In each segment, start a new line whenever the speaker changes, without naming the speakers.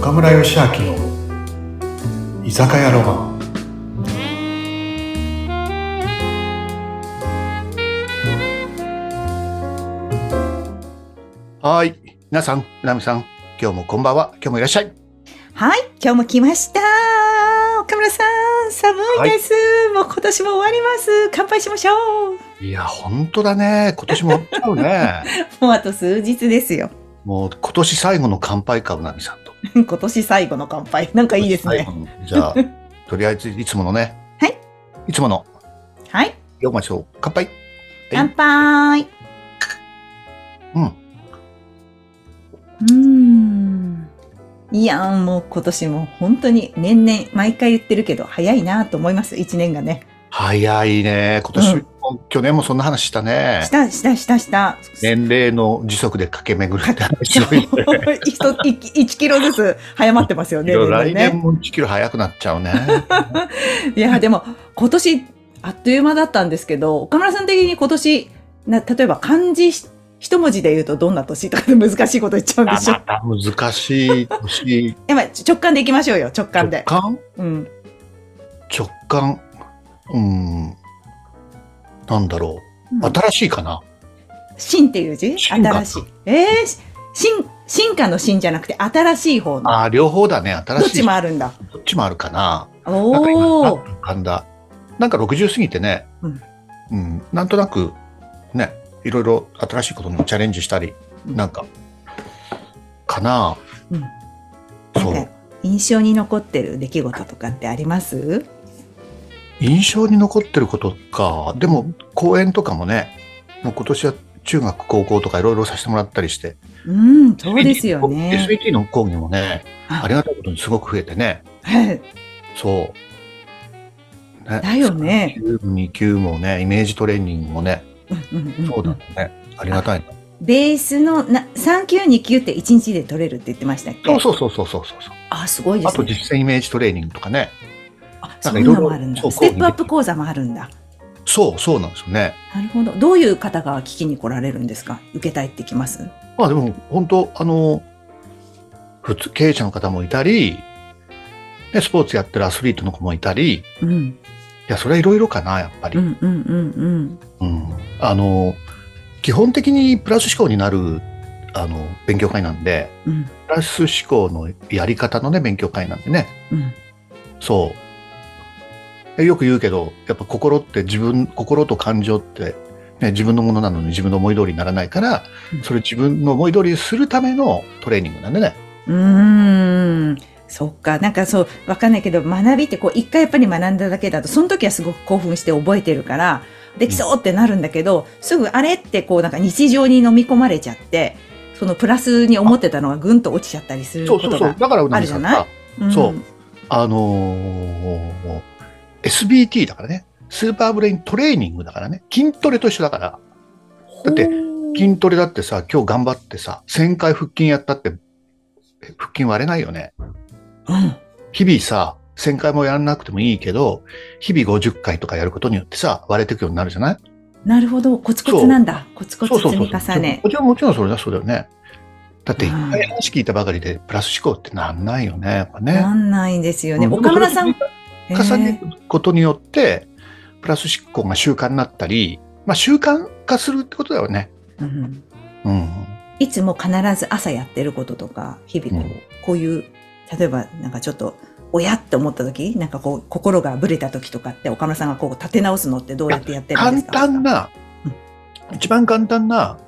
岡村義明の居酒屋ロマン
はい。皆さん、なみさん、今日もこんばんは。今日もいらっしゃい。
はい、今日も来ました。岡村さん、寒いです。もう今年も終わります。乾杯しましょう。
いや、本当だね。今年も終わっちゃ うね。
もうあと数日ですよ。
もう今年最後の乾杯か、うなみさんと。
今年最後の乾杯。なんかいいです
最
ね
後。のじゃあ、とりあえずいつものね。
はい。
いつもの、
はい、
よましょう。乾杯。
乾杯。
うん
うん。うーん。いやーもう今年も本当に年々毎回言ってるけど早いなと思います一年がね
早いね。今年
う
も、去年もそんな話したね。
したしたしたした
年齢の時速で駆け巡るって話をい
1キロずつ早まってますよね
ろいろ
年
来
々ね
年も1キロ速くなっちゃうね。
いや、でも、今年、あっという間だったんですけど、岡村さん的に今年、な例えば漢字ひ一文字で言うとどんな年とかで難しいこと言っちゃうん で
あ
しょ
また難しい年。
やばい、直感でいきましょうよ、直感
直
で。
感
うん。
直感、うん、なんだろう、新しいかな。
新っていう字
新か
新しい。えー、し新、進化の新じゃなくて、新しい方の。
あー両方だね、新
どっ
しい。
ちもあるんだ。
どっちもあるかな。なんか今
おお。
浮かんだ。なんか60過ぎてね、
うん
うんなんとなく、ね、いろいろ新しいことにもチャレンジしたり、なんか、かな。
うん
そ
なん
う
か。印象に残ってる出来事とかってあります
印象に残ってることか。でも、公演とかもね、もう今年は中学、高校とかいろいろさせてもらったりして、
うん、そうですよね。
SAT の講義もね、
あ
ありがたいことにすごく増えてね。
はい
そう。ね
だよね。
2級もね、イメージトレーニングもね、
うんうんうん
そうだね。ありがたいな。
ベースのな3級2級って1日で取れるって言ってましたっけ
そうそうそうそうそうそう。
あすごいで
あ
す
と
ね
実践イメージトレーニングとかね。
あ
なん
そ
か
うい
いうろいろ
のもあるんだ
そう
ステップアップ講座もあるんだ
そうそうなんですよね。
なるほどどういう方が聞きに来られるんですか受けたいってきます
まあでも、本当あの、普通、経営者の方もいたり、でスポーツやってるアスリートの子もいたり、い
うん
や、それはいろいろかな、やっぱり。
うんうんうんうん
うんあの、基本的にプラス思考になる、あの、勉強会なんで、
うん
プラス思考のやり方のね、勉強会なんでね。
うん
そう。えよく言うけど、やっぱ心って自分、心と感情って、ね、自分のものなのに自分の思い通りにならないから
う、ん
それ自分の思い通りにするためのトレーニングなんでね。
うーんそっかなんかそうわかんないけど学びってこう一回やっぱり学んだだけだとその時はすごく興奮して覚えてるからできそうってなるんだけど、すぐあれってこうなんか日常に飲み込まれちゃってそのプラスに思ってたのがぐんと落ちちゃったりする
そ
こ
うそう
と
そう
が。
だから、うなみさん
あ
さ、
ん
そうあのー SBT だからね。スーパーブレイントレーニングだからね。筋トレと一緒だから。だって
ほー
筋トレだってさ、今日頑張ってさ、1000回腹筋やったって、え腹筋割れないよね。
うん
日々さ、1000回もやらなくてもいいけど、日々50回とかやることによってさ、割れてくようになるじゃない
なるほどコツコツなんだコツコツ
そうそう
積
そう
み重ね
もちろん、もちろんそれだ、そうだよね。だって、
う
一
ん
回話聞いたばかりで、プラス思考ってなんないよね、やっぱ
な
ね。
んないんですよね、
うん
岡村さん、
重ね
えー
ることによって、プラス思考が習慣になったり、まあ習慣化するってことだよね。
うん
うん。
いつも必ず朝やってることとか、日々こう、
うん
こういう、例えばなんかちょっと、おやって思った時、なんかこう、心がぶれた時とかって、岡村さんがこう、立て直すのってどうやってやってるんで
簡
すか
単な
うん、
一番簡単な、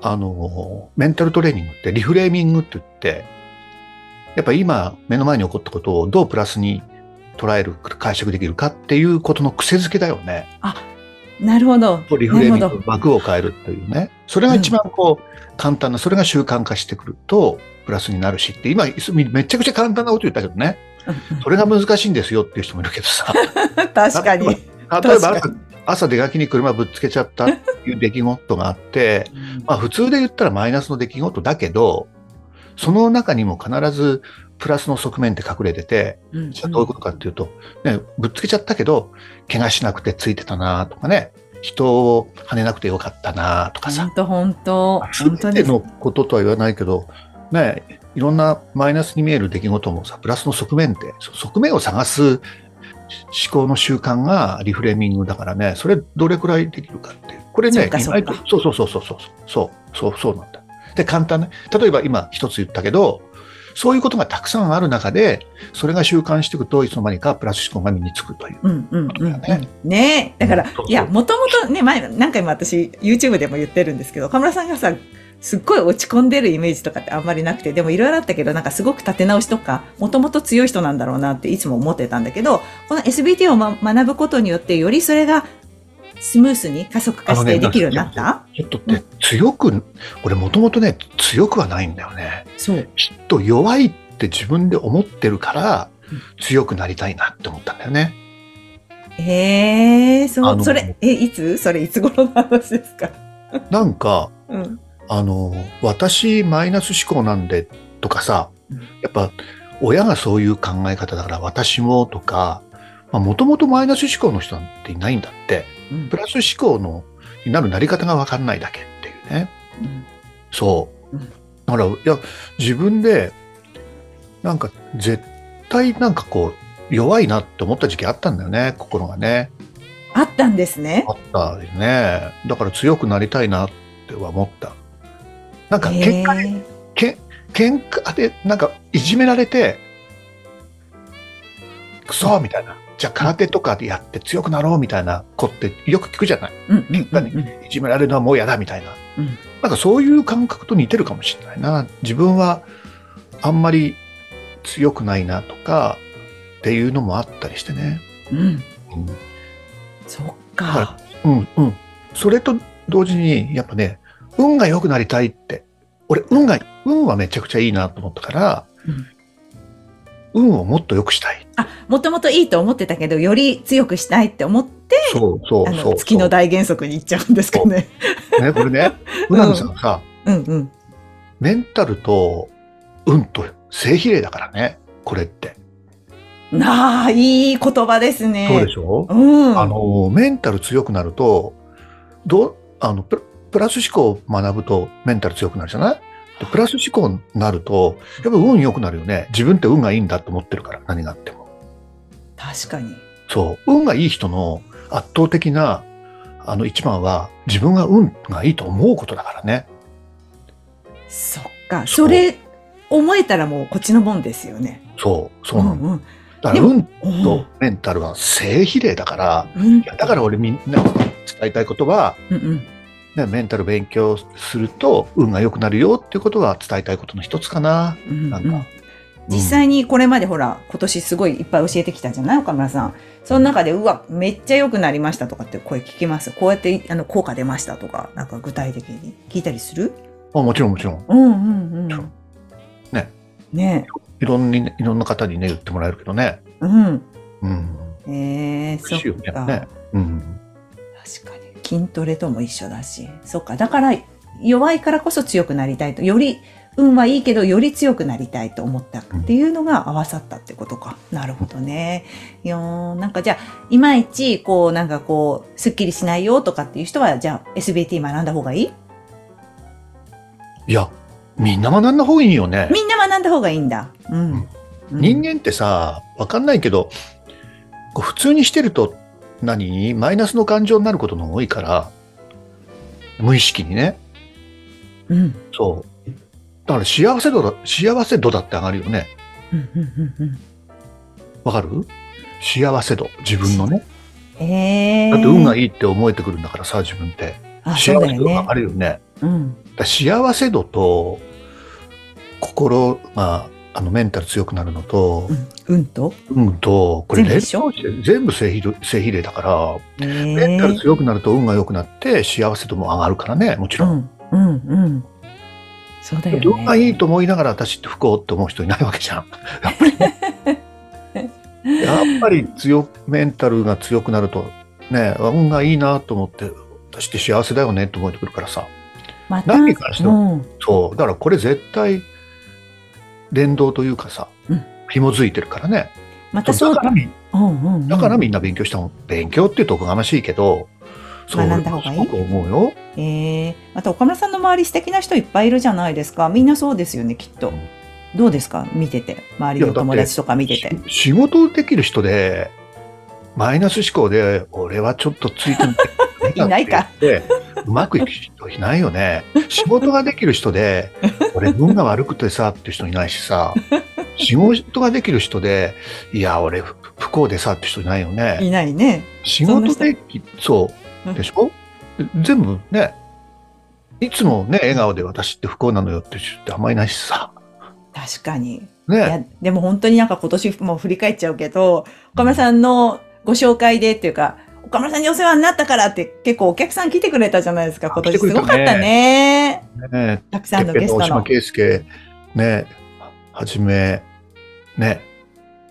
あの、メンタルトレーニングってリフレーミングって言って、やっぱ今目の前に起こったことをどうプラスに捉える、解釈できるかっていうことの癖づけだよね。
なるほど。
リフレーミン
なる
グ、枠を変えるというね。それが一番こう、簡単な、それが習慣化してくると、プラスになるしって、今、めちゃくちゃ簡単なこと言ったけどね、それが難しいんですよっていう人もいるけどさ。
ほど 確かに。
例例えば
確か
朝朝出がきに車ぶっつけちゃったっていう出来事があって、 まあ普通で言ったらマイナスの出来事だけど、その中にも必ずプラスの側面って隠れてて、
うんうん
じゃあどういうことかっていうと、ね、ぶっつけちゃったけど、怪我しなくてついてたなとかね、人を跳ねなくてよかったなとかさ
本、当本当
す
本当
べて
です。
のこととは言わないけど、ね、いろんなマイナスに見える出来事もさ、プラスの側面って、そ側面を探す思考の習慣がリフレーミングだからね、それどれくらいできるかっていう。これ
そ
ね
っ、か
意外と
そっ
そうそうそうそうそう、そう、そう、そうなんだ。で、簡単ね。例えば今一つ言ったけど、そういうことがたくさんある中で、それが習慣していくといつの間にかプラス思考が身につくという。
うんうんうんうん
だよね
ねえだから、
うんそうそう
いやもともとね前何回も私 YouTube でも言ってるんですけど岡村さんがさすっごい落ち込んでるイメージとかってあんまりなくてでもいろいろあったけどなんかすごく立て直しとかもともと強い人なんだろうなっていつも思ってたんだけどこの SBT を、ま、学ぶことによってよりそれがスムースに加速化してできるようになった、
ちょっとね、強く、俺もともとね、強くはないんだよね。
そう
きっと弱いって自分で思ってるから
うん、
強くなりたいなって思ったんだよね。
えー、
あ
そう
の
それえいつそれいつ頃の話ですか、
なんか、
うん、
あの、私マイナス思考なんでとかさ
うん、
やっぱ親がそういう考え方だから私もとか、もともとマイナス思考の人なんていないんだって、
うん
プラス思考のになるなり方がわかんないだけっていうね。
うん
そう
うん。
だから、いや、自分で、なんか、絶対なんかこう、弱いなって思った時期あったんだよね、心がね。
あったんですね
あったよね。だから強くなりたいなっては思った。なんか、
へ
喧嘩、
ー
けん喧嘩で、なんか、いじめられて、クソみたいな。じゃあ、空手とかでやって強くなろうみたいな子ってよく聞くじゃない。
うんうん
喧嘩にいじめられるのはもう嫌だみたいな。
うん
なんかそういう感覚と似てるかもしれないな。自分はあんまり強くないなとかっていうのもあったりしてね。
うんうん
うん
そっか、
はうんうん。それと同時に、やっぱね、運が良くなりたいって。俺、運が、運はめちゃくちゃいいなと思ったから、運をもっと良くしたい。
あもともといいと思ってたけどより強くしたいって思って
そうそ
あ
うそ
の
う。
月の大原則に行っちゃうんですかね。
ね、これね、 うなみさんさ、
うんうん。
メンタルと運と正比例だからね、これって。
なあいい言葉ですね。
そうでしょ
うん。
あのメンタル強くなるとどうあのプラプラス思考を学ぶとメンタル強くなるじゃないでプラス思考になるとやっぱ運良くなるよね自分って運がいいんだと思ってるから何があっても
確かに。
そう運がいい人の圧倒的なあの一番は自分が運がいいと思うことだからね
そっか。
そ
そうれ思えたらもうこっちのもんですよね。
そうそうなんだ,、
うん
だから
でも
運
うん。
とメンタルは正比例だから
うん
いやだから俺みんなに伝えたいことは
うんうん。
ね、メンタル勉強すると運が良くなるよっていうことが伝えたいことの一つかな。
うん
な
うんん
か
実際にこれまでほら今年すごいいっぱい教えてきたじゃない岡村さんその中でうわめっちゃ良くなりましたとかって声聞きますこうやってあの効果出ましたとかなんか具体的に聞いたりする
あもちろんもちろん。
うんうんうん
そう。ね。
ね
いろんな、いろんな方にね、言ってもらえるけどね。
うん。
うん。
えー、そ
嬉しいよね
っか、
ね。うん。
確かに。筋トレとも一緒だし。そっか。だから、弱いからこそ強くなりたいと。より、運はいいけど、より強くなりたいと思ったっていうのが合わさったってことか。なるほどね。いやーなんかじゃあ、いまいち、こう、なんかこう、すっきりしないよとかっていう人は、じゃあ、SBT 学んだ方がいい
いや、みんな学んだ方がいいよね。
みんな学んだ方がいいんだ。うん。うん
人間ってさ、わかんないけど、こう普通にしてると何、マイナスの感情になることの多いから、無意識にね。
うん。
そう。だから幸せ度だ、幸せ度だって上がるよね。
うんうんうんうん
わかる幸せ度。自分のね。
えー。
だって運が
いい。
いいって思えてくるんだからさ、自分って。
あ、
幸せ
そうだよ
度
ね
があ。るよね。
うん。
だから幸せ度と、心、まあ、あの、メンタル強くなるのと
う、ん運と、
運と、これ
全部
連
一緒
動して全部正比例正比例だから、
え
メンタル強くなると運が良くなって、幸せ度も上がるからね、もち
う
ろん。
んうんうんそうだよね
運がいいと思いながら私って不幸って思う人いないわけ じゃん。やっぱりね。やっぱり強く、メンタルが強くなると、ね、運がいいなと思って、私って幸せだよねって思えてくるからさ。
また
何からして
うん
そう。だからこれ絶対、連動というかさ、
うん
紐づいてるからね。
また
そう
そう
だからみ、
うんうんうん
だからみんな勉強したもん。勉強っていうとおこがましいけど、そう
学んだ方がいい
すごく思うよ。
えー、また岡村さんの周り素敵な人いっぱいいるじゃないですかみんなそうですよねきっとどうですか見てて周
い
り
やだ
の
って
友達とか見てて
し仕事できる人で、マイナス思考で、俺はちょっとついてみて
いないか
で、うまくいく人いないよね。仕事ができる人 で、俺運が悪くてさ、って人いないしさ、仕事ができる人で、いや、俺不不幸でさ、って人いないよね。
いないね
仕事でき、そう、でしょ全部ね、いつもね、笑顔で私って不幸なのよって人ってあんまりいないしさ。
確かに
ね。
いや、でも本当になんか今年もう振り返っちゃうけど、岡村さんのご紹介でっていうか、岡村さんにお世話になったからって結構お客さん来てくれたじゃないですか、今
来て
年
くれ
す
たね
ごかったね。
ね
たくさんのゲスト
大島
の。
圭介、ね、はじめ、ね、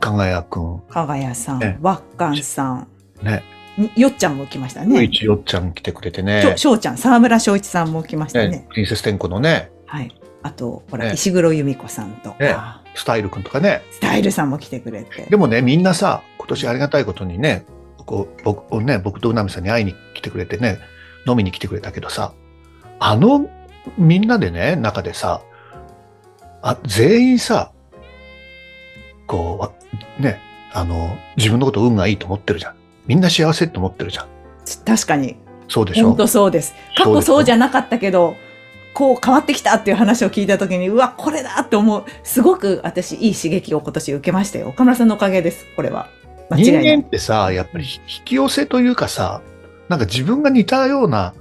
かがやくん、
加賀谷さん、
ね
わっかんさん、
ね、
によっちゃんも来ました
ゆう
ね
い。ちよっちゃん来てくれて
しょ
ね、
しょうちゃん、沢村翔一さんも来ましたね。
ねプリンセス天子のね、
はい。あと、ほら、
ね
石黒由美子さんとか、
ねスタイルくんとかね。
スタイルさんも来てくれて。
でもね、みんなさ、今年ありがたいことにね、こう僕をね、僕とうなみさんに会いに来てくれてね、飲みに来てくれたけどさ、あの、みんなでね、中でさ、あ全員さ、こうわ、ね、あの、自分のこと運がいいと思ってるじゃん。みんな幸せって思ってるじゃん。
確かに、
そうでしょ
本当そうです。過
そう
去
でしょ
そうじゃなかったけど、こう変わってきたっていう話を聞いた時に、うわ、これだって思う。すごく私、いい刺激を今年受けましたよ。岡村さんのおかげです、これは。間違い
人
ない。
間ってさ、やっぱり引き寄せというかさ、なんか自分が似たような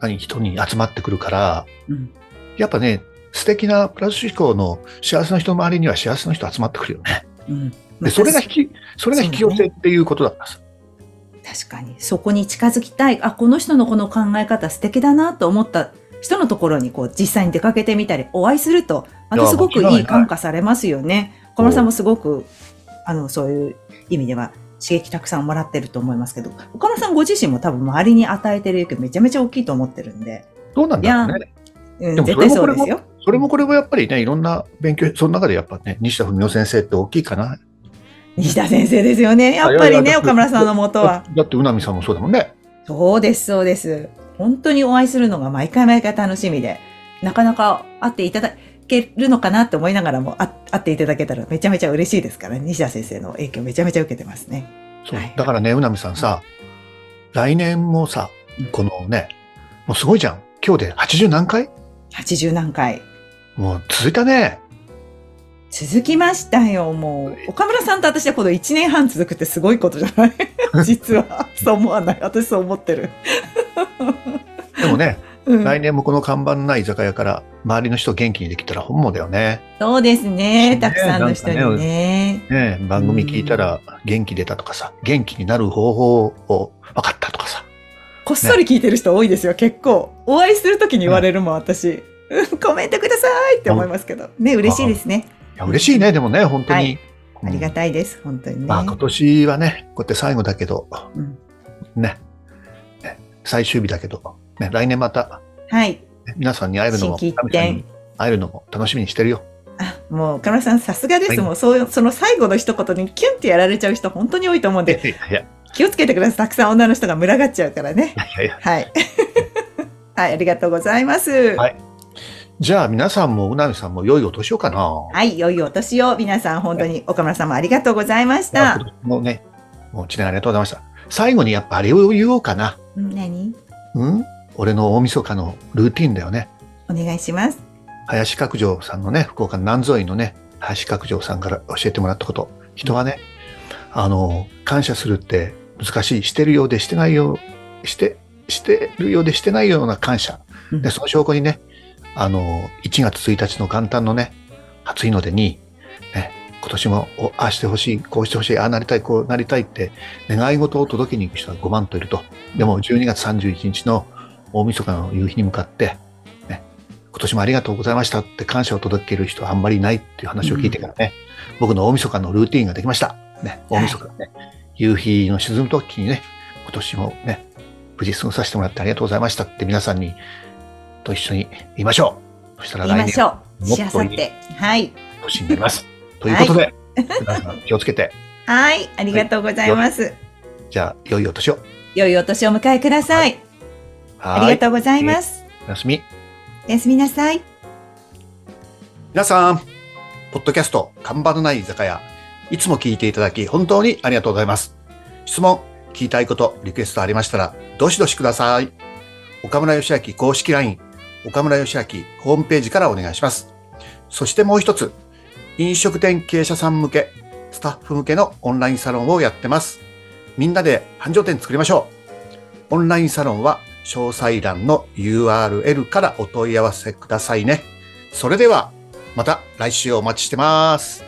何人に集まってくるから、
うん
やっぱね、素敵なプラス思考の幸せの人の周りには幸せの人集まってくるよね。
うん
で、
ま あ
それが引き、それが引き寄せっていうことだからさ。
確かに。そこに近づきたい。あ、この人のこの考え方素敵だなと思った人のところにこう実際に出かけてみたり、お会いすると、ま
い
た
や
すごく
間違いない
い感化されますよね。岡村さんもすごく、あの、そういう意味では刺激たくさんもらってると思いますけど、岡村さんご自身も多分周りに与えてる影響めちゃめちゃ大きいと思ってるんで、
どうなんだろうね。
うん、
でも
絶対そ
それ
う
も
ですよ。
それもこれもやっぱりね、いろんな勉強、その中でやっぱね、西田文夫先生って大きいかな。
西田先生ですよね。やっぱ
いや
り
いや
ね、
だって
岡村さんのもとは。
だって、うなみさんもそうだもんね。
そうです、そうです。本当にお会いするのが毎回毎回楽しみで、なかなか会っていただけるのかなって思いながらも、あ会っていただけたらめちゃめちゃ嬉しいですから、西田先生の影響めちゃめちゃ受けてますね。
そう
はい。
だからね、うなみさんさ、来年もさ
うん、
このね、もうすごいじゃん。今日で80何回
80何回。
もう続いたね。
続きましたよ、もう。岡村さんと私でこの1年半続くってすごいことじゃない実は。そう思わない。私そう思ってる。
でもね、
うん
来年もこの看板のない居酒屋から、周りの人を元気にできたら本望だよね。
そうですね。たくさんの人に
なんか
ね
ねえ、番組聞いたら元気出たとかさ、元気になる方法を分かったとかさ、
こっそり聞いてる人多いですよ、結構。お会いするときに言われるもん、私。うんコメントくださいって思いますけど。ね、嬉しいですね。
いや嬉しいね、でもね、本当に。
はい
うん
ありがたいです、本当にね。
まあ今年はね、こうやって最後だけど、
うん
ね、ね最終日だけど、ね、来年また、
はい。
ね皆さんに会えるのも、
心機一転
神様に会えるのも楽しみにしてるよ。
あ、もう、岡村さん、さすがです。
はい
もうそう、その最後の一言にキュンってやられちゃう人、本当に多いと思う
い
ん
や
で、
いやい
気をつけてください。たくさん女の人が群がっちゃうからね。
やいや。
はい。 はい、ありがとうございます。
はいじゃあ皆さんもうなみさんも良いお年をかな。
はい、良いお年を、皆さん、本当に岡村さんもありがとうございまし
いや
た
今。年もうね、もう一年ありがとうございました。最後にやっぱあれを言おうかな。
うん何
うん俺の大晦日のルーティンだよね。
お願いします。
林角城さんのね、福岡の南蔵院のね、林角城さんから教えてもらったこと。人はね、あの、感謝するって難しい。してるようでしてないよう、して、してるようでしてないような感謝。
うん
で、その証拠にね、あの、1月1日の元旦のね、初日の出に、ね、今年もおああしてほしい、こうしてほしい、ああなりたい、こうなりたいって、願い事を届けに行く人が5万といると。でも、12月31日の大晦日の夕日に向かって、ね、今年もありがとうございましたって感謝を届ける人はあんまりいないっていう話を聞いてからね、僕の大晦日のルーティーンができました。ね、大晦日のね、夕日の沈む時にね、今年もね、無事過ごさせてもらってありがとうございましたって皆さんにと一緒に言いましょう。そしたら
言
来
いま
年
しょう。
もっ
しあ
と
さ
い
っ
い
て。はい。
年になります。ということで、皆さん気をつけて、
はい、ありがとうございます。
じゃあ、良いお年を。
良いお年をお迎えください。ありがとうございます。
う。おやすみ。
おやすみなさい。
皆さん、ポッドキャスト、看板のない居酒屋、いつも聞いていただき、本当にありがとうございます。質問、聞きたいこと、リクエストありましたら、どしどしください。岡村義明公式 LINE、岡村義明ホームページからお願いします。そしてもう一つ、飲食店経営者さん向け、スタッフ向けのオンラインサロンをやってます。みんなで繁盛店作りましょう。オンラインサロンは、詳細欄の URL からお問い合わせくださいね。それでは、また来週お待ちしてます。